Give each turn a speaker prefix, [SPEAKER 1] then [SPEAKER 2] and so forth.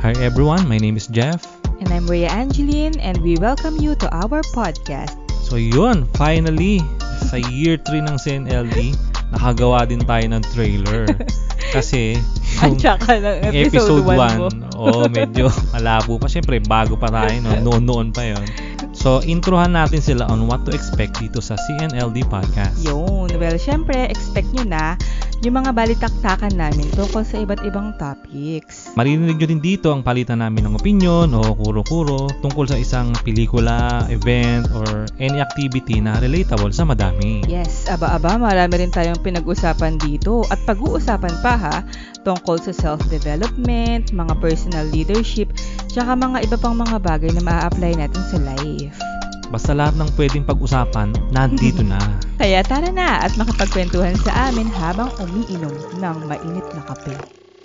[SPEAKER 1] Hi everyone, my name is Jeff.
[SPEAKER 2] And I'm Rhea Angeline, and we welcome you to our podcast.
[SPEAKER 1] So yun, finally, sa year 3 ng CNLD, nakagawa din tayo ng trailer. Kasi,
[SPEAKER 2] At saka ng
[SPEAKER 1] yung
[SPEAKER 2] episode 1 mo.
[SPEAKER 1] one, oo, medyo malabo pa. Siyempre, bago pa tayo, no? noon-noon pa yon. So, introhan natin sila on what to expect dito sa CNLD Podcast.
[SPEAKER 2] Yun. Well, syempre, expect nyo na yung mga balitaktakan namin tungkol sa iba't ibang topics.
[SPEAKER 1] Maririnig nyo din dito ang palitan namin ng opinion o kuro-kuro tungkol sa isang pelikula, event, or any activity na relatable sa madami.
[SPEAKER 2] Yes, aba-aba, marami rin tayong pinag-usapan dito at pag-uusapan pa ha, tungkol sa self-development, mga personal leadership, tsaka mga iba pang mga bagay na maa-apply natin sa life.
[SPEAKER 1] Basta lahat ng pwedeng pag-usapan, nandito na.
[SPEAKER 2] Kaya tara na at makapagkwentuhan sa amin habang umiinom ng mainit na kape.